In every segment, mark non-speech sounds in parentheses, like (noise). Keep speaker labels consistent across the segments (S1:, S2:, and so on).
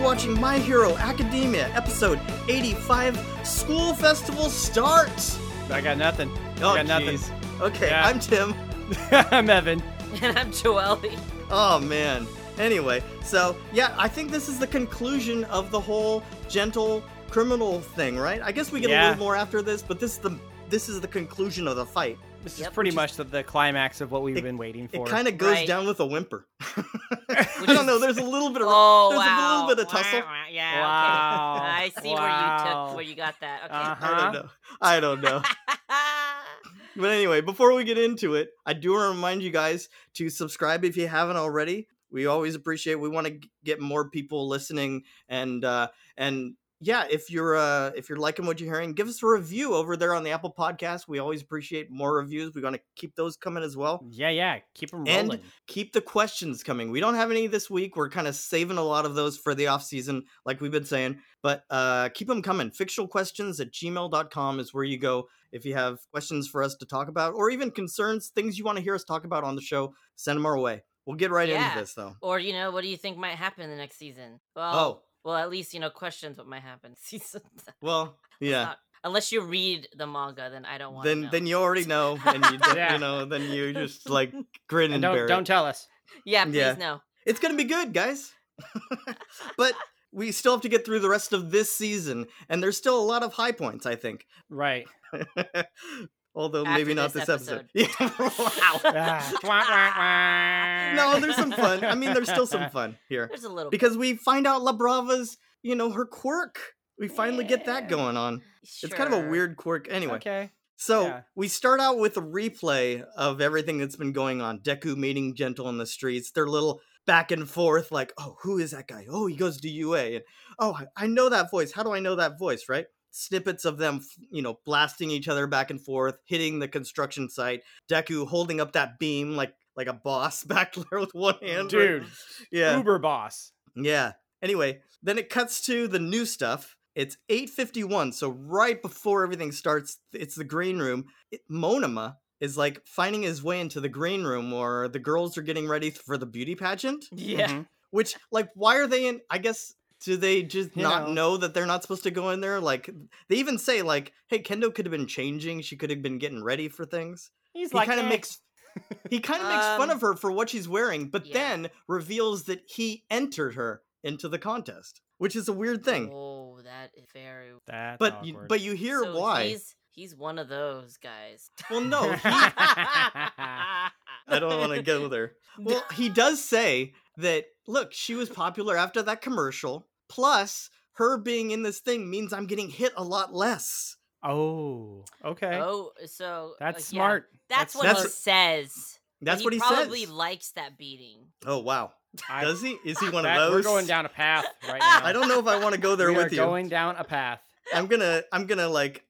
S1: watching My Hero Academia, episode 85. School festival starts!
S2: I got nothing.
S1: Oh,
S2: I got nothing.
S1: jeez. Okay,
S2: Yeah.
S1: I'm Tim.
S2: (laughs) I'm Evan.
S3: (laughs) And I'm Joelle.
S1: Oh, man. Anyway, so yeah, I think this is the conclusion of the whole gentle criminal thing, right? I guess we get a
S2: Yeah.
S1: little more after this, but this is the this is the conclusion of the fight.
S2: This
S3: Yep,
S2: is pretty
S3: which is-
S2: much the, the climax of what we've
S1: It-
S2: been waiting
S1: It
S2: for.
S1: kind of goes
S3: Right.
S1: down with a whimper. (laughs) I don't know. There's a little bit of
S3: Oh,
S1: there's a
S3: wow.
S1: little bit of tussle.
S3: Wah, wah, Yeah.
S2: Wow.
S3: Ah, Okay. (laughs) I see where you
S2: Wow.
S3: took where you got that. Okay.
S2: Uh-huh.
S1: I don't know. I don't know. But anyway, before we get into it, I do want to remind you guys to subscribe if you haven't already. We always appreciate. We want to get more people listening, and uh, and yeah, if you're uh, if you're liking what you're hearing, give us a review over there on the Apple Podcast. We always appreciate more reviews. We're going to keep those coming as well.
S2: Yeah, yeah. Keep them
S1: And-
S2: rolling.
S1: Keep the questions coming. We don't have any this week. We're kind of saving a lot of those for the off season, like we've been saying. But uh, keep them coming. Fictional questions at gmail.com is where you go if you have questions for us to talk about or even concerns, things you want to hear us talk about on the show, send them our way. We'll get right
S3: Yeah.
S1: into this, though.
S3: (laughs) Or you know, what do you think might happen the next season? Well,
S1: Oh,
S3: well, at least you know questions what might happen (laughs) season.
S1: well, yeah.
S3: not- Unless you read the manga, then I don't want.
S1: Then
S3: to
S1: then you already know, and
S3: (laughs)
S1: you, don't-
S2: Yeah.
S1: you know, then you just like grin
S2: And
S1: and, bear
S2: don't,
S1: it.
S2: don't tell us.
S3: yeah, please
S1: yeah. (laughs)
S3: no.
S1: It's gonna be good, guys. (laughs)
S3: (laughs)
S1: but we still have to get through the rest of this season, and there's still a lot of high points, I think. (laughs)
S3: (laughs)
S2: Right.
S1: Although
S3: After
S1: maybe not
S3: this
S1: this episode. (laughs)
S3: (laughs)
S1: Yeah.
S2: Ah, wah, wah, wah.
S1: no, there's some fun. I mean, there's still
S2: (laughs)
S1: some fun
S3: (laughs)
S1: here
S3: There's a little bit.
S1: because we find out La Brava's, you know, her quirk. We finally get that
S3: Yeah.
S1: going on. It's kind of a
S3: Sure.
S1: weird quirk, anyway.
S2: Okay.
S1: So
S2: Yeah.
S1: we start out with a replay of everything that's been going on. Deku meeting Gentle in the streets, their little back and forth, like, oh, who is that guy? Oh, he goes to UA. And oh, I- I know that voice. How do I know that voice, right? Snippets of them, f- you know, blasting each other back and forth, hitting the construction site. Deku holding up that beam like like a boss (laughs) back there with one hand. right?
S2: Dude,
S1: Yeah.
S2: Uber boss.
S1: Yeah. Anyway, then it cuts to the new stuff. It's 8:51, so right before everything starts, it's the green room. It, Monoma is like finding his way into the green room where the girls are getting ready for the beauty pageant,
S3: (laughs) Yeah.
S2: Mhm.
S1: which like why are they in I guess do they just
S2: You
S1: not
S2: know.
S1: know that they're not supposed to go in there? Like they even say like, "Hey, Kendo could have been changing. She could have been getting ready for things."
S2: He's
S1: he
S2: like,
S1: kind of
S2: eh.
S1: makes (laughs) he kind of makes fun
S3: Um,
S1: of her for what she's wearing but
S3: yeah.
S1: then reveals that he entered her into the contest which is a weird thing
S3: Oh, that is very.
S2: That's
S1: but you,
S2: awkward.
S1: but you hear
S3: so
S1: why
S2: (laughs)
S3: He's, he's one of those guys.
S1: well no he, i
S2: I
S1: don't want (laughs) to go there
S3: (laughs)
S1: well he does say that look she was popular after that commercial plus her being in this thing means i'm getting hit a lot less
S2: (laughs) Oh, okay.
S3: (laughs) Oh, so uh,
S2: That's
S3: yeah,
S2: smart.
S3: That's,
S2: That's
S3: what he
S1: smart.
S3: says. but
S1: that's what he
S3: probably
S1: says
S3: likes that beating.
S1: oh wow
S2: I-
S1: does he is he
S2: (laughs)
S1: one
S2: that-
S1: of those
S2: We're going down
S1: (laughs)
S2: a path right now.
S1: i don't know if i want to go there
S2: (laughs) we
S1: with
S2: are
S1: you
S2: going down a path.
S1: I'm gonna I'm gonna like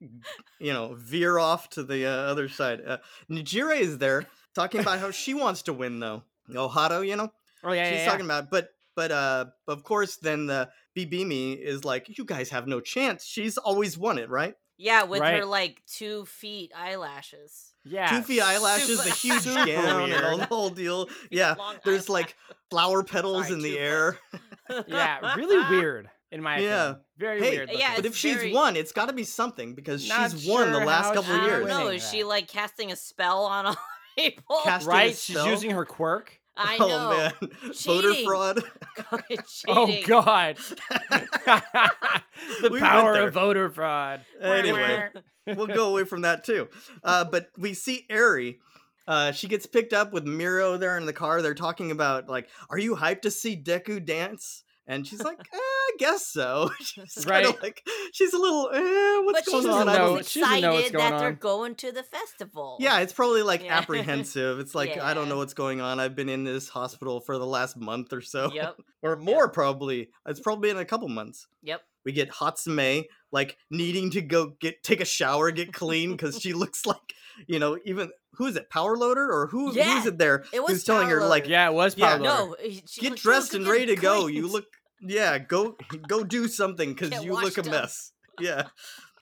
S1: you know veer off to the uh, other side. Uh, Nijire is there talking about how she wants to win though. Ohado, you know,
S2: Oh yeah,
S1: she's
S2: yeah, yeah.
S1: talking about. But but uh, of course, then the Bibimi is like, you guys have no chance. She's always won it, right?
S3: Yeah, with her
S2: Right.
S3: like two feet eyelashes.
S2: yeah.
S1: Toofy eyelashes,
S2: (laughs)
S1: the
S3: super-
S1: huge
S2: super
S1: gown, and all
S2: weird.
S1: the whole
S2: (laughs)
S1: deal. Yeah,
S3: Long
S1: there's
S3: (laughs)
S1: like flower petals
S3: Sorry,
S1: in the
S3: two
S1: air. (laughs)
S3: eyelashes.
S2: yeah, really weird in my
S1: Yeah.
S2: opinion. Very
S1: Hey,
S2: weird.
S3: Yeah,
S2: looking.
S1: But
S3: It's
S1: if she's
S3: very-
S1: won, it's got to be something because
S2: Not
S1: she's won the
S2: sure
S1: last
S2: how
S1: couple
S2: she
S1: of
S3: I
S1: years. (laughs)
S3: don't know.
S2: winning
S3: Is she
S2: that.
S3: like casting a spell on all (laughs) people?
S1: Casting a
S2: right, she's
S1: spell?
S2: using her quirk.
S3: I know.
S1: oh
S3: (laughs)
S1: man, voter
S3: Cheating.
S1: fraud. (laughs)
S2: (laughs) Oh god. (laughs) the
S1: We went
S2: power
S1: there.
S2: of voter fraud.
S1: (laughs) Anyway. we'll go away from that too. Uh, but we see Eri. Uh, she gets picked up with Miro there in the car. They're talking about like, "Are you hyped to see Deku dance?" And she's
S3: (laughs)
S1: like, eh, "I guess so." (laughs) She's kind of
S2: Right.
S1: like, she's a little, eh,
S3: But
S1: "What's
S3: she's
S1: going on?"
S2: doesn't
S1: I don't
S2: know.
S1: know.
S2: she doesn't
S3: excited
S2: know what's
S3: that
S2: going
S3: they're
S2: on.
S3: going to the festival.
S1: Yeah, it's probably like
S3: Yeah.
S1: apprehensive.
S3: (laughs)
S1: It's like I don't
S3: Yeah.
S1: know what's going on. I've been in this hospital for the last month or so,
S3: Yep.
S1: (laughs) or more probably. It's probably in a couple months.
S3: Yep.
S1: We get Hatsume like needing to go get take a shower, get clean because she looks (laughs) like you know even who is it Power Loader or who
S3: Yeah,
S1: who's it there?
S3: It was
S1: Who's telling her,
S3: Power
S1: like,
S3: Loader.
S2: Yeah, it was
S1: Yeah,
S2: Pablo.
S3: No, she- she's
S1: Get
S3: like, "Go,
S1: dressed
S3: go
S1: and
S3: get
S1: ready to go. You
S3: cleaned."
S1: look yeah go go do something because
S3: (laughs) Get
S1: you look
S3: washed
S1: a
S3: up.
S1: mess. Yeah.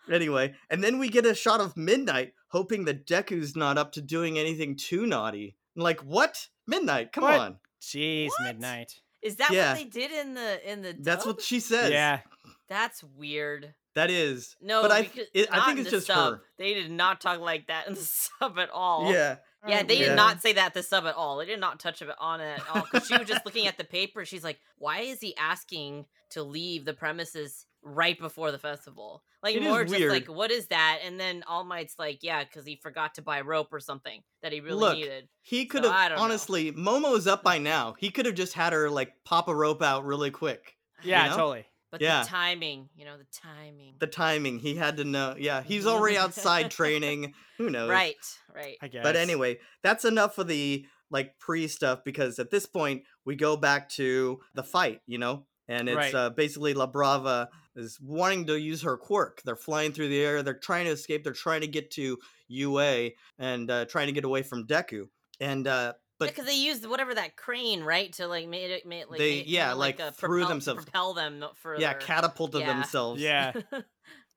S1: Anyway, and then we get a shot of midnight, hoping that Deku's not up to doing anything too naughty. Like what? Midnight? Come
S2: What?
S1: on.
S2: Jeez,
S3: What?
S2: midnight.
S3: Is that
S1: Yeah.
S3: what they did in the in the?
S1: That's
S3: dub?
S1: what she says.
S2: Yeah.
S3: That's weird.
S1: that is.
S3: No,
S1: but I,
S3: because,
S1: th- it,
S3: not
S1: I think
S3: in
S1: it's
S3: the
S1: just
S3: sub.
S1: her.
S3: They did not talk like that in the (laughs) sub at all.
S1: Yeah,
S3: Yeah, they
S1: Yeah.
S3: did not say that at the sub at all. They did not touch it on it at all. Because she was just looking at the paper. She's like, why is he asking to leave the premises right before the festival? Like,
S1: It is
S3: more just
S1: weird.
S3: like, what is that? And then All Might's like, yeah, because he forgot to buy rope or something that he really
S1: Look,
S3: needed.
S1: he could
S3: So I
S1: have
S3: don't know.
S1: honestly. Momo's up by now. He could have just had her like pop a rope out really quick.
S2: Yeah,
S1: You know?
S2: totally.
S3: But
S1: yeah.
S3: the timing, you know, the timing.
S1: The timing, he had to know. Yeah, he's already outside
S3: (laughs)
S1: training. Who knows?
S3: right, right.
S2: I guess.
S1: But anyway, that's enough of the like pre stuff because at this point we go back to the fight, you know, and it's
S2: Right.
S1: uh, basically La Brava is wanting to use her quirk. They're flying through the air. They're trying to escape. They're trying to get to UA and uh, trying to get away from Deku. And uh, but
S3: because they used whatever that crane, right, to like made it, made, like
S1: They-
S3: made-
S1: yeah,
S3: kinda
S1: like,
S3: a
S1: threw
S3: propel,
S1: themselves-
S3: propel them further.
S1: yeah, catapulted
S3: Yeah.
S1: themselves. (laughs)
S2: Yeah.
S3: (laughs)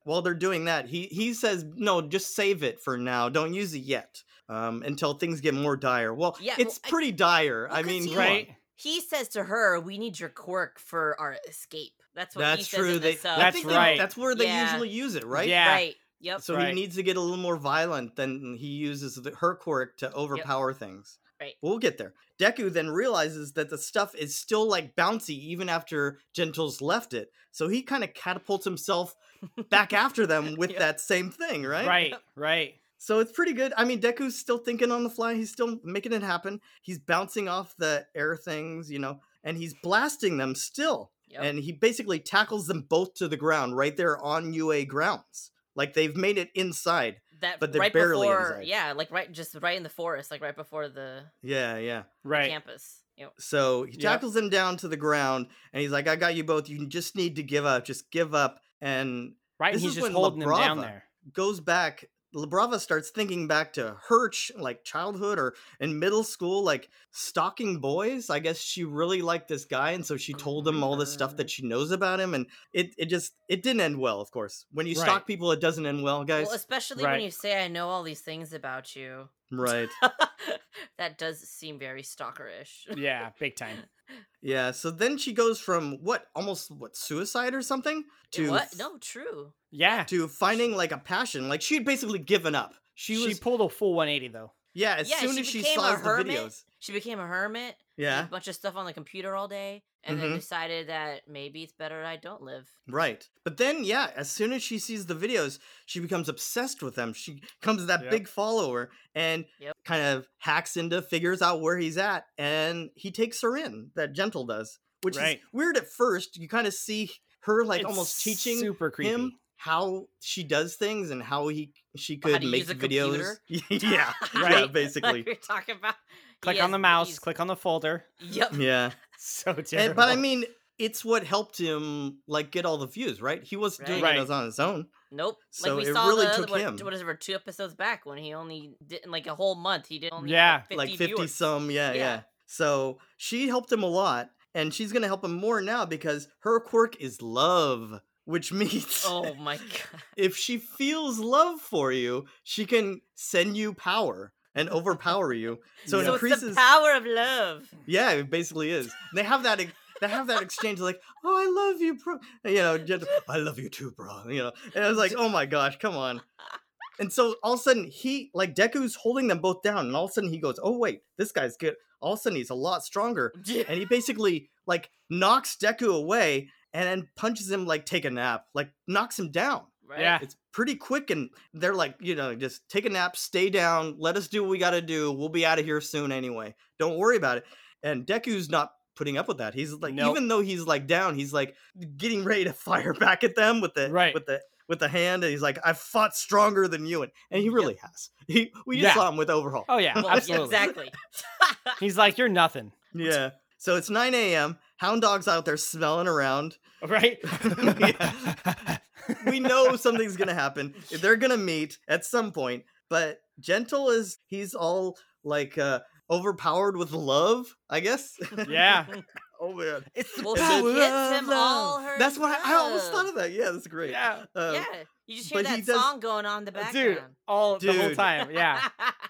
S1: While they're doing that, he he says no, just save it for now. Don't use it yet um, until things get more dire. Well,
S3: Yeah, well,
S1: it's
S3: I-
S1: pretty dire.
S3: well,
S1: I
S3: 'cause
S1: mean,
S3: he-
S1: come on.
S2: Right.
S3: he says to her, "We need your quirk for our escape." That's what he
S1: That's
S3: says
S1: true.
S3: in the
S1: They,
S3: sub.
S1: I
S2: That's
S1: think they-
S2: right.
S1: That's where they
S3: Yeah.
S1: usually use it, right?
S2: Yeah.
S3: Right. Yep.
S1: So he
S2: Right.
S1: needs to get a little more violent than he uses the, her quirk to overpower things.
S3: Right.
S1: We'll get there. Deku then realizes that the stuff is still like bouncy even after Gentles left it. So he kind of catapults himself back after
S3: (laughs)
S1: them with
S3: Yep.
S1: that same thing, right?
S2: Right. Right.
S1: So it's pretty good. I mean, Deku's still thinking on the fly. He's still making it happen. He's bouncing off the air things, you know, and he's blasting them still
S3: Yep.
S1: and he basically tackles them both to the ground right there on UA grounds. Like they've made it inside.
S3: that
S1: but they're
S3: right
S1: barely
S3: before,
S1: inside.
S3: yeah, like right, just right in the forest, like right before the
S1: Yeah, yeah.
S2: Right.
S3: campus. Yep.
S1: So he
S2: Yep.
S1: tackles them down to the ground and he's like, I got you both. You just need to give up. Just give up. And
S2: Right.
S1: This
S2: And he's
S1: is
S2: just
S1: when
S2: holding him down
S1: Labrava-
S2: there.
S1: goes back. Labrava starts thinking back to her ch- like childhood or in middle school, like stalking boys. I guess she really liked this guy, and so
S3: Oh
S1: she told him all this stuff that she knows about him, and it, it just it didn't end well. Of course, when you stalk
S2: Right.
S1: people, it doesn't end well, guys.
S3: Well, especially
S2: Right.
S3: when you say, "I know all these things about you," (laughs)
S1: right?
S3: that does seem very stalkerish.
S2: Yeah. Big time.
S1: Yeah, so then she goes from what almost what suicide or something to
S3: what?
S1: f-
S3: No, true.
S2: Yeah.
S1: to finding like a passion. Like she had basically given up. She
S2: She,
S1: was
S2: pulled a full 180 though.
S1: yeah. As
S3: Yeah,
S1: soon
S3: she
S1: as she
S3: became
S1: saw
S3: a
S1: the
S3: hermit.
S1: videos,
S3: She became a hermit. did
S1: yeah,
S3: a bunch of stuff on the computer all day, and
S1: Mhm.
S3: then decided that maybe it's better I don't live. (laughs)
S1: right. But then yeah, as soon as she sees the videos, she becomes obsessed with them. She becomes that
S2: Yep.
S1: big follower and
S3: Yep.
S1: kind of hacks into, figures out where he's at, and he takes her in. That gentle does, which
S2: Right.
S1: is weird at first. You kind of see her like
S2: It's
S1: almost teaching
S2: super creepy.
S1: him how she does things and how he she
S3: How to
S1: could make
S3: use a
S1: videos. (laughs)
S3: computer? (laughs)
S1: yeah, yeah,
S2: Right.
S1: basically,
S3: like we were talking about.
S2: Click
S3: He
S2: on the
S3: has-
S2: mouse.
S3: he's-
S2: Click on the folder. (laughs)
S3: Yep.
S1: yeah.
S2: So terrible.
S1: And, but I mean, it's what helped him like get all the views, right? He wasn't doing
S2: Right.
S1: it on his own.
S3: Nope.
S1: So
S3: like we
S1: it
S3: saw
S1: really
S3: the other-
S1: took
S3: what,
S1: him.
S3: what is it, two episodes back when he only did in like a whole month. He did only
S2: Yeah.
S3: have, like
S1: like
S3: 50
S1: fifty
S3: viewers.
S1: some, yeah, yeah,
S3: Yeah.
S1: So she helped him a lot, and she's gonna help him more now because her quirk is love, which (laughs) means
S3: Oh my (laughs) god.
S1: if she feels love for you, she can send you power and overpower you. So it
S2: Yeah.
S3: So it's the
S1: increases
S3: power
S1: (laughs)
S3: of love.
S1: Yeah, it basically is. They have that. ex- They have that exchange like, "Oh, I love you, bro," you know, just, "I love you too, bro," you know, and I was like, "Oh my gosh, come on!" And so all of a sudden, he like Deku's holding them both down, and all of a sudden he goes, "Oh wait, this guy's good." All of a sudden he's a lot stronger, and he basically like knocks Deku away and then punches him like take a nap, like knocks him down.
S3: Right?
S2: Yeah.
S1: It's pretty quick, and they're like, you know, just take a nap, stay down, let us do what we got to do. We'll be out of here soon anyway. Don't worry about it. And Deku's not putting up with that. He's like,
S2: Nope.
S1: even though he's like down, he's like getting ready to (laughs) fire back at them with the
S2: Right.
S1: with the with the hand, and he's like, I've fought stronger than you, and and he
S3: Yep.
S1: really has. (laughs) He we just
S2: Yeah.
S1: saw him with overhaul.
S2: oh yeah.
S3: Well, yeah,
S2: absolutely.
S3: exactly.
S2: He's like, you're nothing. (laughs)
S1: Yeah. So it's 9 a.m. Hound dog's out there smelling around. (laughs)
S2: Right.
S1: Yeah. we know something's gonna happen. They're gonna meet at some point. But Gentle is he's all like uh overpowered with love, I guess.
S2: Yeah.
S1: (laughs) oh man.
S2: It's
S3: Well,
S1: And
S3: she
S1: then-
S3: gives him all her.
S1: That's what I, I almost thought of
S3: love.
S1: that. Yeah, that's great.
S2: Yeah.
S1: Uh,
S3: yeah. You just hear
S1: but he
S3: that
S1: does-
S3: song going on in the
S2: Dude,
S3: background.
S2: all the whole
S1: Dude.
S3: (laughs)
S2: time. Yeah.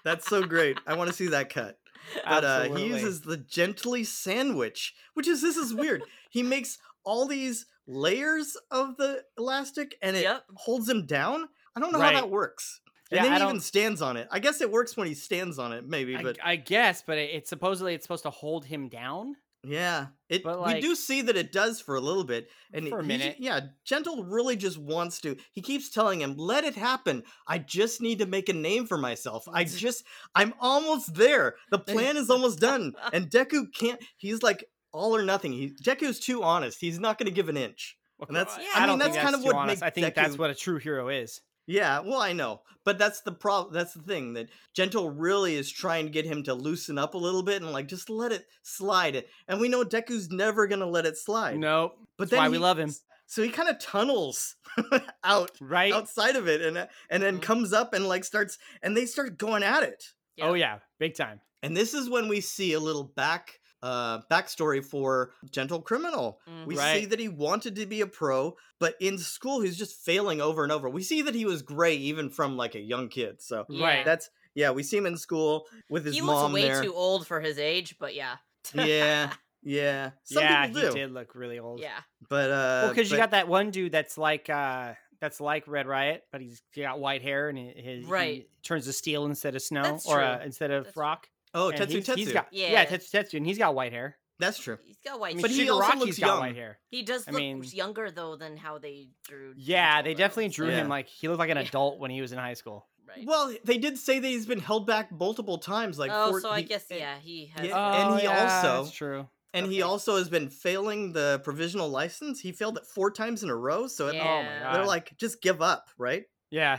S1: That's so great. I want to see that cut. (laughs) But uh, he
S2: Absolutely.
S1: uses the gently sandwich, which is this is weird. he makes all these layers of the elastic and it
S3: Yep.
S1: holds him down. I don't know
S2: Right.
S1: how that works. And
S2: Yeah,
S1: then
S2: I
S1: he
S2: don't-
S1: even stands on it. I guess it works when he stands on it, maybe,
S2: I,
S1: but
S2: I guess, but it, it's supposedly it's supposed to hold him down.
S1: yeah. It
S2: but,
S1: we
S2: like-
S1: do see that it does for a little bit. And
S2: For a
S1: he-
S2: minute.
S1: yeah, Gentle really just wants to. He keeps telling him, "Let it happen. I just need to make a name for myself. I just I'm almost there. The plan is almost
S2: (laughs)
S1: done." And Deku can't he's like all or nothing. He Deku's too honest. He's not going to give an inch. And that's-
S3: I
S2: I,
S3: mean,
S2: don't
S1: that's
S2: think
S1: kind
S2: that's
S1: of
S2: too
S1: what
S2: honest. I
S1: makes
S2: think that's
S1: Deku-
S2: what a true hero is.
S1: Yeah, well, I know, but that's the problem. That's the thing that Gentle really is trying to get him to loosen up a little bit and like just let it slide. And we know Deku's never gonna let it slide.
S2: Nope.
S1: but
S2: that's why
S1: then
S2: we
S1: he-
S2: love him.
S1: So he kind of tunnels (laughs) out
S2: Right? Mm-hmm.
S1: outside of it, and uh, and then
S3: Mhm.
S1: comes up and like starts, and they start going at it.
S2: Oh yeah, big time.
S1: And this is when we see a little back uh backstory for Gentle Criminal.
S3: Mm-hmm.
S1: We see
S2: Mm-hmm. Right.
S1: that he wanted to be a pro, but in school he's just failing over and over. We see that he was gray even from like a young kid. So
S2: Right.
S1: that's yeah, we see him in school with his
S3: he
S1: mom
S3: looks way
S1: there.
S2: (laughs)
S3: too old for his age, but yeah,
S1: yeah, yeah. Some
S2: yeah,
S1: people
S2: he
S1: do,
S2: did look really old.
S3: (laughs) yeah.
S1: but uh,
S2: Well, because you
S1: but-
S2: got that one dude that's like uh that's like Red Riot, but he's got white hair and he- his
S3: Right.
S2: he turns to steel instead of snow
S3: That's
S2: or
S3: true.
S2: uh, instead of
S3: That's true.
S2: rock.
S1: oh
S2: and
S1: Tetsu
S2: he's,
S1: Tetsu.
S2: He's got, yeah,
S3: Yeah.
S2: Tetsu Tetsu, and he's got white hair.
S1: That's true.
S3: He's got
S2: I
S3: white.
S2: mean,
S1: But
S3: teeth.
S1: he also
S2: Shigaraki's
S1: looks
S2: got
S1: young.
S2: white hair.
S3: He does
S2: I
S3: look
S2: mean-
S3: younger though than how they drew.
S2: Yeah,
S3: Gentle
S2: they
S3: Rose.
S2: definitely drew
S1: Yeah.
S2: him like he looked like an
S3: Yeah.
S2: adult when he was in high school.
S3: Right.
S1: Well, they did say that he's been held back multiple times. Like
S3: oh,
S1: four-
S3: so I
S1: he-
S3: guess
S1: and-
S3: yeah, he has.
S1: Yeah, and
S2: Oh.
S1: he also-
S2: that's true.
S1: and he
S3: okay.
S1: also has been failing the provisional license. He failed it four times in a row. So it,
S3: Yeah.
S2: Oh my god.
S1: they're like, just give up, right?
S2: Yeah,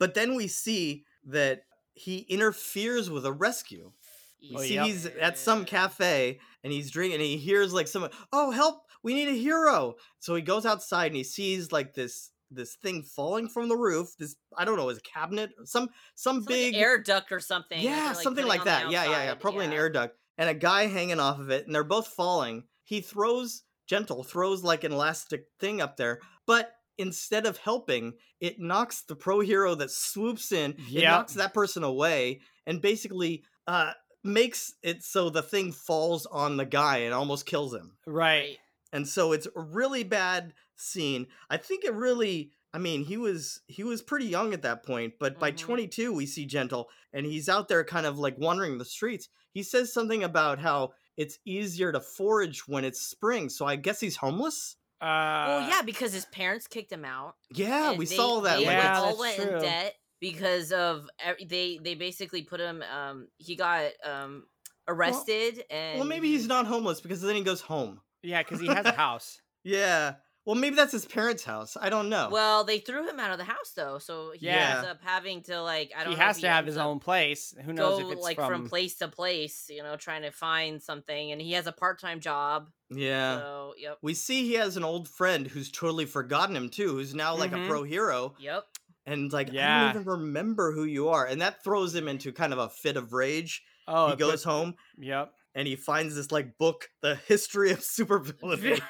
S1: But then we see that he interferes with a rescue. You
S2: Oh,
S1: see,
S2: yep.
S1: he's at some cafe and he's drinking. And he hears like someone, "Oh, help! We need a hero!" So he goes outside and he sees like this this thing falling from the roof. This I don't know, is a cabinet, some some
S3: It's like an
S1: big
S3: air duct or something. that
S1: yeah,
S3: they're,
S1: something
S3: putting
S1: like
S3: on the
S1: that. Yeah, yeah, yeah.
S3: outside,
S1: Probably an
S3: yeah.
S1: air duct and a guy hanging off of it, and they're both falling. He throws gentle, throws like an elastic thing up there, but instead of helping, it knocks the pro hero that swoops in. It
S2: Yep.
S1: knocks that person away, and basically uh, makes it so the thing falls on the guy and almost kills him.
S2: right.
S1: And so it's a really bad scene. I think it really I mean, he was he was pretty young at that point, but by
S3: Mhm.
S1: 22 we see Gentle and he's out there kind of like wandering the streets. He says something about how it's easier to forage when it's spring. So I guess he's homeless?
S2: Uh,
S3: Well, yeah, because his parents kicked him out.
S1: Yeah,
S3: and
S1: we
S3: they-
S1: saw that like
S3: They went-
S2: Yeah,
S1: it's-
S3: all
S2: that's
S3: went in
S2: true.
S3: debt because of every, they. They basically put him. Um, he got um arrested and.
S1: Well, maybe he's not homeless because then he goes home.
S2: yeah, because he has
S3: (laughs)
S2: a house.
S1: Yeah. Well, maybe that's his parents' house. I don't know.
S3: Well, they threw him out of the house though, so he ends
S1: Oh. Yeah.
S3: up having to like. I don't.
S2: he
S3: know if
S2: has to have
S3: ends
S2: his
S3: up
S2: own place. Who
S3: Go
S2: knows if it's
S3: like from... place to place, you know, trying to find something, and he has a part-time job.
S1: yeah.
S3: So, yep,
S1: We see he has an old friend who's totally forgotten him too, who's now like a
S3: Mm-hmm.
S2: Mhm.
S1: pro hero.
S3: yep.
S1: and like
S2: Yeah.
S1: I don't even remember who you are, and that throws him into kind of a fit of rage.
S2: Oh,
S1: he
S2: it
S1: goes
S2: puts-
S1: home
S2: Yep.
S1: and he finds this like book, the history of
S2: (laughs)
S1: supervillainy,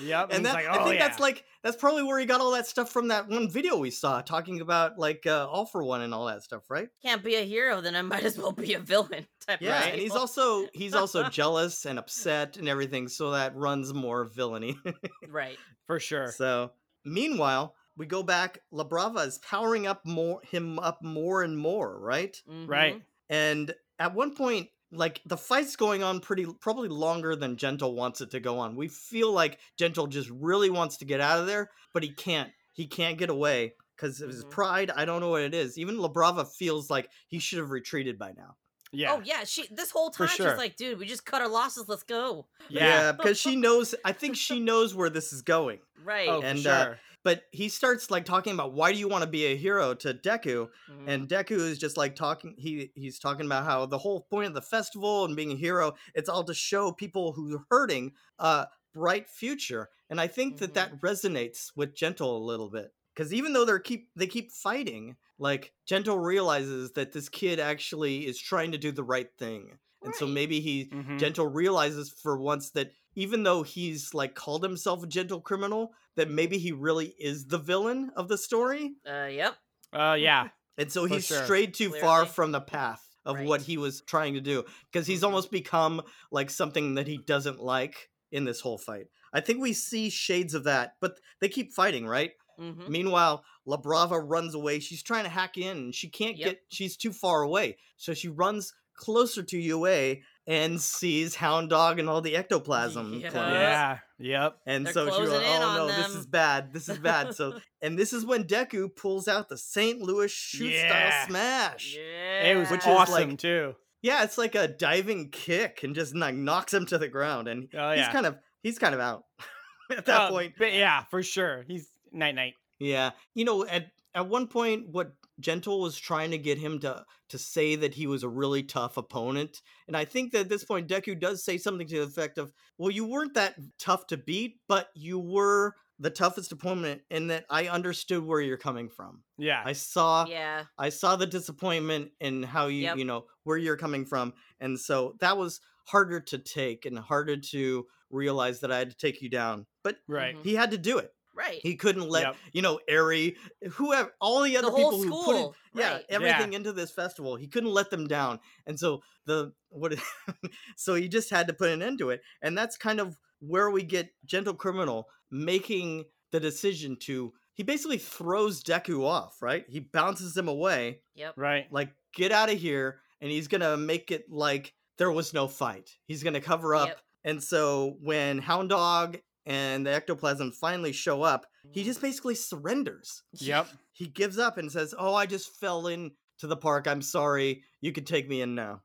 S2: Yep.
S1: and
S2: he's
S1: that
S2: like,
S1: I
S2: "Oh,
S1: think that's
S2: yeah."
S1: like that's probably where he got all that stuff from that one video we saw talking about like uh, all for one and all that stuff, right?
S3: Can't be a hero, then I might as well be a villain. (laughs) Type of
S1: Yeah, and he's
S2: (laughs)
S3: deal.
S1: also he's also jealous and upset and everything, so that runs more villainy. (laughs)
S3: right.
S2: for sure.
S1: So, meanwhile, we go back. La Brava is powering up more him up more and more, right?
S2: Right.
S3: mhm.
S1: and at one point like the fight's going on pretty probably longer than gentle wants it to go on we feel like gentle just really wants to get out of there but he can't he can't get away because of his
S3: Mhm.
S1: pride i don't know what it is even labrava feels like he should have retreated by now
S2: Yeah.
S3: Oh yeah, she. This whole
S2: For
S3: time
S2: sure.
S3: she's like, dude, we just cut our losses. Let's go.
S2: yeah.
S1: because she knows i think she knows where this is going
S3: Right.
S2: Oh,
S1: And,
S2: for
S1: uh,
S2: sure.
S1: but he starts like talking about why do you want to be a hero to deku
S3: Mhm.
S1: and Deku is just like talking. He he's talking about how the whole point of the festival and being a hero, it's all to show people who are hurting a bright future. And I think that
S3: Mhm.
S1: that resonates with Gentle a little bit because even though they're keep they keep fighting, like Gentle realizes that this kid actually is trying to do the right thing, and so
S3: Right.
S1: maybe he
S2: Mhm.
S1: Gentle realizes for once that even though he's like called himself a gentle criminal, that maybe he really is the villain of the story.
S3: Uh, yep.
S2: Uh, yeah.
S1: And so
S2: For
S1: (laughs) he's
S2: sure.
S1: strayed too far
S3: Clearly.
S1: from the path of what
S3: Right.
S1: he was trying to do because he's
S3: Mhm.
S1: almost become like something that he doesn't like in this whole fight. I think we see shades of that, but they keep fighting, right?
S3: hmm
S1: Meanwhile, La Brava runs away. She's trying to hack in and she can't
S3: Yep.
S1: get, she's too far away. So she runs closer to UA and sees Hound Dog and all the ectoplasm.
S3: Yeah.
S1: clones.
S2: yeah. Yep.
S1: And
S3: They're
S1: so she was
S3: closing
S1: like,
S3: in
S1: oh
S3: on
S1: no, this is
S3: them."
S1: bad. This is bad.
S3: (laughs)
S1: So, and this is when Deku pulls out the St. Louis shoot
S2: Yeah.
S1: style smash.
S3: Yeah.
S2: It was
S1: Which is like-
S2: awesome too.
S1: Yeah, it's like a diving kick and just like knocks him to the ground. And
S2: Oh yeah.
S1: he's kind of, he's kind of out (laughs) at that
S2: Uh,
S1: point.
S2: But yeah, for sure. He's night night.
S1: Yeah. You know, at at one point what Gentle was trying to get him to to say that he was a really tough opponent. And I think that at this point Deku does say something to the effect of, "Well, you weren't that tough to beat, but you were the toughest opponent and that I understood where you're coming from.
S2: Yeah.
S1: I saw
S3: Yeah.
S1: I saw the disappointment and how you
S3: Yep.
S1: you know where you're coming from, and so that was harder to take and harder to realize that I had to take you down. But
S2: right.
S3: Mhm.
S1: he had to do it.
S3: Right.
S1: He couldn't (laughs) let
S2: Yep.
S1: you know Airy, whoever, all the other
S3: the
S1: people
S3: whole school.
S1: who put in, yeah
S3: right.
S1: everything into this festival. He couldn't let them down, and so the what, (laughs) so he just had to put an end to it, and that's kind of where we get Gentle Criminal making the decision to. He basically throws Deku off, right? He bounces him away,
S3: Yep.
S1: (laughs)
S2: Right.
S1: like get out of here, and he's gonna make it like there was no fight. He's gonna cover up,
S3: Yep.
S1: and so when Hound Dog and the ectoplasm finally show up he
S3: Mhm.
S1: just basically surrenders.
S2: Yep.
S1: He gives up and says, "Oh, I just fell in to the park. I'm sorry. You can take me in now."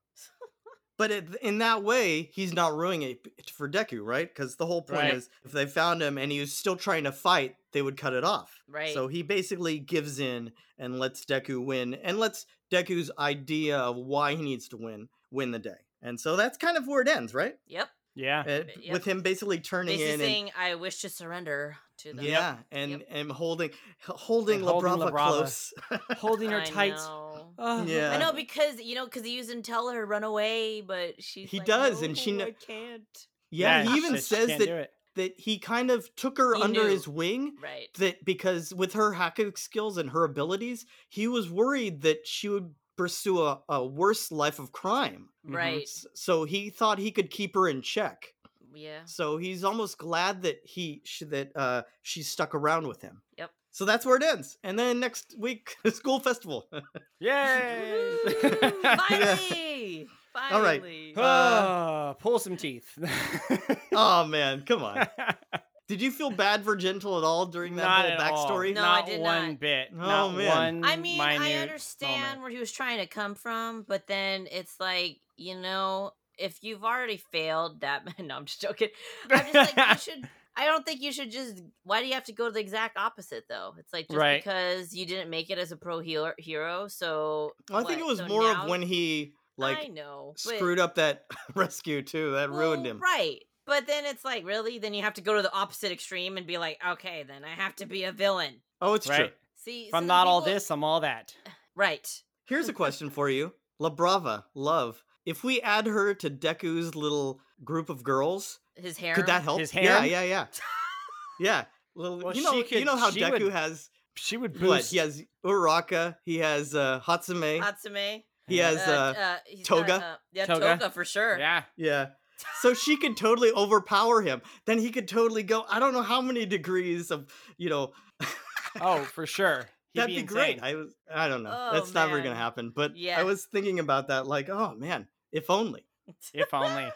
S1: But it, in that way, he's not ruining it p- for Deku, right? Because the whole point
S2: Right.
S1: is, if they found him and he was still trying to fight, they would cut it off.
S3: Right.
S1: So he basically gives in and lets Deku win, and lets Deku's idea of why he needs to win win the day. And so that's kind of where it ends, right?
S3: Yep.
S2: Yeah.
S1: (laughs) Uh,
S3: Yep.
S1: With him basically turning in
S3: Basically
S1: and
S3: saying, I wish to surrender to them.
S1: yeah, and
S3: Yep.
S1: and holding h- holding
S2: And
S1: La
S2: holding
S1: Brava
S2: La Brava.
S1: close.
S2: Holding her
S3: I
S2: tight.
S3: know.
S2: Oh,
S1: Yeah.
S3: I know because you know because he used to tell her run away, but she's
S1: He
S3: like,
S1: does, and she
S3: "No,
S1: kn-
S3: I can't.
S1: yeah, he
S2: she
S1: even
S2: said she
S1: says
S2: can't do
S1: that
S2: it.
S1: that he kind of took her
S3: He
S1: under
S3: knew.
S1: his wing
S3: Right.
S1: that because with her haku skills and her abilities, he was worried that she would pursue a, a worse life of crime.
S2: Mhm.
S3: Right.
S1: S- So he thought he could keep her in check.
S3: Yeah.
S1: So he's almost glad that he sh- that uh, she stuck around with him.
S3: Yep.
S1: So that's where it ends. And then next week, (laughs) school festival.
S2: Yay!
S3: Woo!
S2: (laughs)
S3: (laughs)
S1: (laughs)
S3: Finally.
S1: All right.
S3: Finally.
S2: Ah, pull some teeth. (laughs)
S1: oh man, come on. Did you feel bad for Gentle at all during that
S2: Not at all.
S1: whole backstory?
S3: No, I
S2: not
S3: did
S2: one
S3: not.
S2: bit.
S1: Oh,
S2: not
S1: man.
S2: one.
S3: I mean, I
S2: minute
S3: understand
S2: moment.
S3: where he was trying to come from, but then it's like, you know, if you've already failed that, (laughs) no, I'm just joking. I'm just like,
S1: (laughs)
S3: you should. I don't think you should just. Why do you have to go the exact opposite though? It's like just
S2: Right.
S3: because you didn't make it as a pro healer, hero, so
S1: Well, I think it
S3: what?
S1: was
S3: So
S1: more
S3: now-
S1: of when he
S3: I
S1: like
S3: know but-
S1: screwed up that (laughs) rescue too. That ruined
S3: Well,
S1: him.
S3: right? But then it's like, really? Then you have to go to the opposite extreme and be like, okay, then I have to be a villain.
S1: Oh, it's true.
S2: Right.
S3: See,
S2: If
S3: so
S2: I'm
S3: then
S2: not all
S3: people-
S2: this, I'm all that.
S3: right?
S1: Here's a question for you. La Brava, love. If we add her to Deku's little group of girls,
S3: His hair.
S1: could that help?
S2: His
S1: yeah,
S2: harem?
S1: yeah, yeah. yeah. Little,
S2: Well,
S1: you know,
S2: she
S1: you
S2: could-
S1: know how
S2: she
S1: Deku
S2: would
S1: has
S2: She would boost.
S1: what? He has Uraraka, he has uh, Hatsume,
S3: Hatsume.
S1: he has uh,
S3: he's
S1: Toga?
S3: Got, uh, yeah,
S2: Toga.
S3: toga. for sure.
S2: yeah.
S1: Yeah. So she could totally overpower him. Then he could totally go. I don't know how many degrees of you know.
S2: Oh,
S1: (laughs)
S2: for sure. He'd
S1: that'd be, great.
S2: insane.
S1: I was. I don't know.
S3: Oh,
S1: That's never gonna
S3: man.
S1: happen. But I
S3: Yeah.
S1: was thinking about that. Like, oh man, if only.
S2: if only.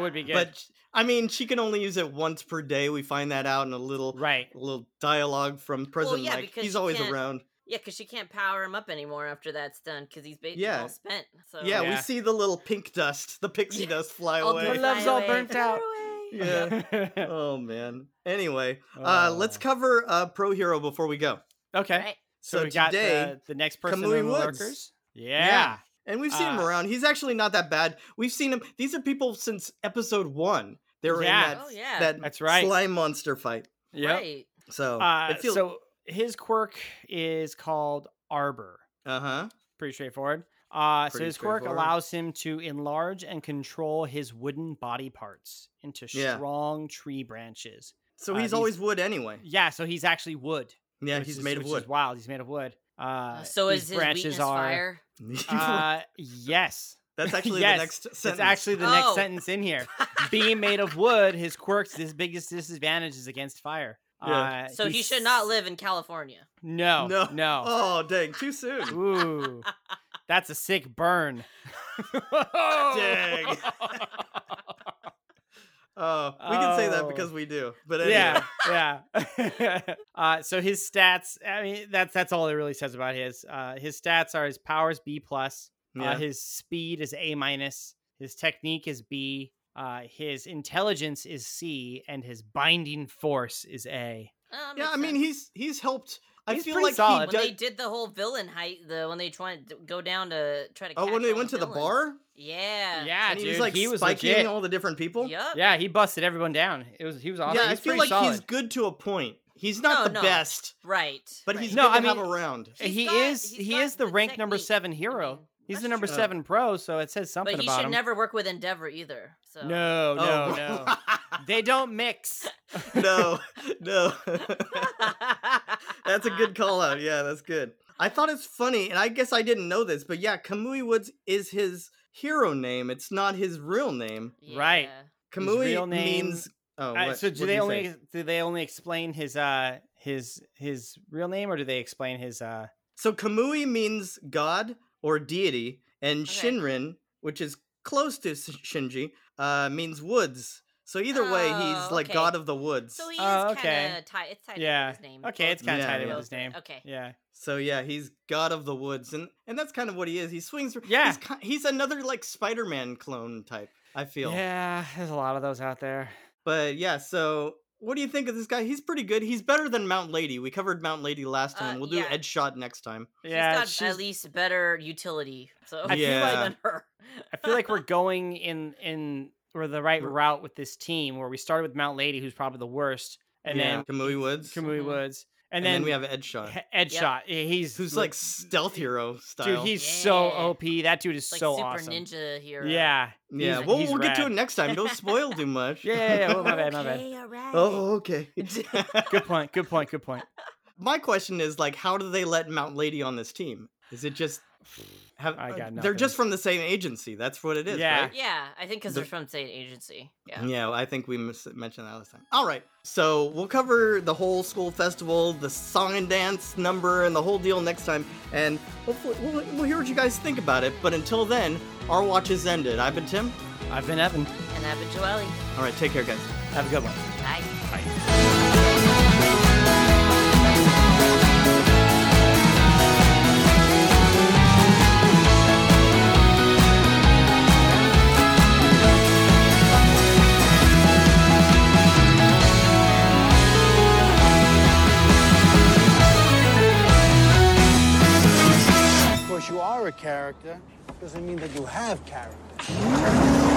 S1: (laughs)
S2: would be good.
S1: But sh- I mean, she can only use it once per day. We find that out in a little
S2: right. (laughs)
S1: a little dialogue from President
S3: yeah,
S1: Mike.
S3: because
S1: He's
S3: you
S1: always
S3: can't-
S1: around.
S3: (laughs) Yeah, because she can't power him up anymore after that's done because he's basically
S1: Yeah.
S3: all spent. So
S1: yeah, we
S2: Yeah.
S1: see the little pink dust, the pixie
S3: Yeah.
S1: dust fly
S3: All
S2: My
S1: away.
S3: fly
S2: love's all
S3: away,
S2: burnt
S3: fly
S2: out.
S3: away.
S1: (laughs) Yeah. (laughs) oh man. Anyway, uh, let's
S2: Oh.
S1: cover uh, Pro Hero before we go.
S2: Okay.
S3: Right.
S2: So,
S1: So,
S2: we got
S1: today,
S2: the, the next person
S1: Kamui
S2: on the
S1: Woods.
S2: lurkers.
S1: Yeah.
S2: Yeah.
S1: And we've seen him
S2: Uh,
S1: around. He's actually not that bad. We've seen him. These are people since episode one. They were
S2: Yeah.
S1: in that,
S3: Oh, yeah.
S1: that
S2: That's right.
S1: slime monster fight.
S3: (laughs)
S2: Yep.
S3: Right.
S1: So
S2: Uh,
S1: it feels
S2: so his quirk is called Arbor.
S1: uh-huh.
S2: Pretty straightforward. Uh, so
S1: Pretty
S2: his quirk
S1: straightforward.
S2: allows him to enlarge and control his wooden body parts into
S1: Yeah.
S2: strong tree branches.
S1: So
S2: uh,
S1: he's
S2: these-
S1: always wood anyway.
S2: Yeah, so he's actually wood.
S1: Yeah,
S2: which
S1: he's (laughs)
S2: is-
S1: made of
S2: which
S1: wood.
S2: Is wild. He's made of wood. Uh,
S3: so
S2: these
S3: is his weakness fire? (laughs)
S2: Uh,
S1: (laughs)
S2: yes.
S1: That's actually
S2: yes,
S1: the next sentence.
S2: That's actually the next
S3: Oh.
S2: sentence in
S3: (laughs)
S2: here. Being made of wood, his quirks, his biggest disadvantage is against fire.
S1: Yeah.
S2: Uh,
S3: So he should not live in California.
S2: No,
S1: no,
S2: no,
S1: (laughs) (laughs) Oh, dang! Too
S2: (laughs)
S1: soon.
S2: Ooh, that's a sick burn. (laughs)
S1: Dang. Uh, we can say that
S2: Oh.
S1: because we do. But anyway,
S2: yeah, yeah. (laughs) uh, so his stats. I mean, that's that's all it really says about his. Uh, his stats are his powers B plus.
S1: Yeah.
S2: Uh, his speed is A minus. His technique is B. Uh, his intelligence is C, and his binding force is A.
S3: Uh,
S1: yeah.
S3: makes
S1: I mean,
S3: sense.
S1: he's he's helped. I
S2: He's
S1: feel
S2: pretty
S1: like
S2: solid.
S3: when
S1: he does.
S3: they did the whole villain height, the when they tried to go down to try to.
S1: oh,
S3: catch
S1: when they
S3: all
S1: went to the
S3: villains.
S1: bar,
S3: Yeah.
S2: Yeah,
S1: and he
S2: dude,
S1: was like
S2: he was
S1: spiking
S2: legit.
S1: all the different people.
S3: Yep.
S2: Yeah, he busted everyone down. It was he was awesome.
S1: yeah. I
S2: He's
S1: feel
S2: pretty
S1: like
S2: solid.
S1: he's good to a point. He's not
S3: No,
S1: the
S3: no.
S1: best,
S3: Right.
S1: but
S3: right.
S1: he's
S2: No,
S1: good
S2: I
S1: to have
S2: mean-
S1: around.
S3: He's
S2: he
S3: got-
S2: is
S3: he's
S2: he
S3: got
S2: is the,
S3: the
S2: rank number
S3: technique.
S2: seven
S3: I
S2: hero.
S3: mean,
S2: he's the
S3: Mm-hmm. that's
S2: number
S3: true.
S2: seven pro, so it says something
S3: But he
S2: about
S3: should
S2: him.
S3: never work with Endeavor either. So (laughs)
S2: no, no,
S1: oh.
S2: no.
S1: (laughs)
S2: they don't mix.
S1: no, no. (laughs) that's a good call out. Yeah, that's good. I thought it's funny, and I guess I didn't know this, but yeah, Kamui Woods is his hero name. It's not his real name.
S2: Right.
S3: Yeah.
S2: His
S1: Kamui
S2: real name-
S1: means. Oh,
S2: Uh,
S1: what-
S2: so do
S1: what
S2: they
S1: you
S2: only
S1: say?
S2: do they only explain his uh his his real name or do they explain his uh
S1: So Kamui means god or deity, and
S3: Okay.
S1: Shinrin, which is close to S- Shinji, uh, means woods. So either way, he's
S3: Oh,
S1: like
S3: okay.
S1: god of the woods.
S3: So he is
S2: Oh, okay.
S3: kind of tied. It's tied up
S2: Yeah.
S3: with his name.
S2: Okay,
S3: Mm, Both
S2: it's kinda
S3: names
S1: tied
S3: are
S1: in with
S3: both
S2: his name.
S3: good. Okay.
S2: yeah.
S1: So yeah, he's god of the woods, and and that's kind of what he is. He swings. r-
S2: Yeah.
S1: he's, ki- he's another like Spider-Man clone type. I feel.
S2: Yeah, there's a lot of those out there.
S1: But yeah, so what do you think of this guy? He's pretty good. He's better than Mount Lady. We covered Mount Lady last time.
S3: Uh,
S1: we'll do
S3: yeah.
S1: Ed Shot next time.
S2: Yeah,
S3: She's got
S2: she's-
S3: at least better utility. So
S2: I
S1: feel like-
S3: than her.
S2: I feel like
S3: (laughs)
S2: we're going in in we're the right
S1: We're-
S2: route with this team where we started with Mount Lady, who's probably the worst, and
S1: yeah.
S2: then
S1: Kamui Woods, and,
S2: Kamui
S3: Mhm.
S2: Woods, and,
S1: then,
S2: then,
S1: we have Ed Shot,
S2: H- Ed
S3: Yep.
S2: Shot. He's
S1: who's
S2: le-
S1: like stealth hero style.
S2: dude, he's so
S3: Yeah.
S2: OP. That dude is
S3: like
S2: so
S3: super
S2: awesome.
S3: ninja hero.
S2: Yeah,
S1: yeah.
S2: he's-
S1: well,
S2: he's
S1: we'll get to it
S2: rad.
S1: next time. Don't spoil
S2: (laughs)
S1: too much.
S2: Yeah, yeah, yeah, well, Oh, my bad, my bad.
S3: Okay, all
S1: (laughs)
S3: right.
S1: Oh, okay.
S2: (laughs)
S1: (laughs)
S3: (laughs)
S2: Good point. Good point. Good point.
S1: My question is like, how do they let Mount Lady on this team? Is it just have? uh,
S2: I got
S1: they're
S2: nothing.
S1: just from the same agency. That's what it is.
S2: Yeah.
S1: right?
S3: Yeah, I think because
S1: The-
S3: they're from the same agency. Yeah.
S1: Yeah, I think we mis- mentioned that last time. All right, so we'll cover the whole school festival, the song and dance number, and the whole deal next time, and hopefully we'll, we'll hear what you guys think about it. But until then, our watch is ended. I've been Tim.
S2: I've been Evan.
S3: And I've been Joelle.
S1: All right, take care, guys.
S2: Have a good one.
S3: Bye.
S4: Of course, you are a character. Doesn't mean that you have character.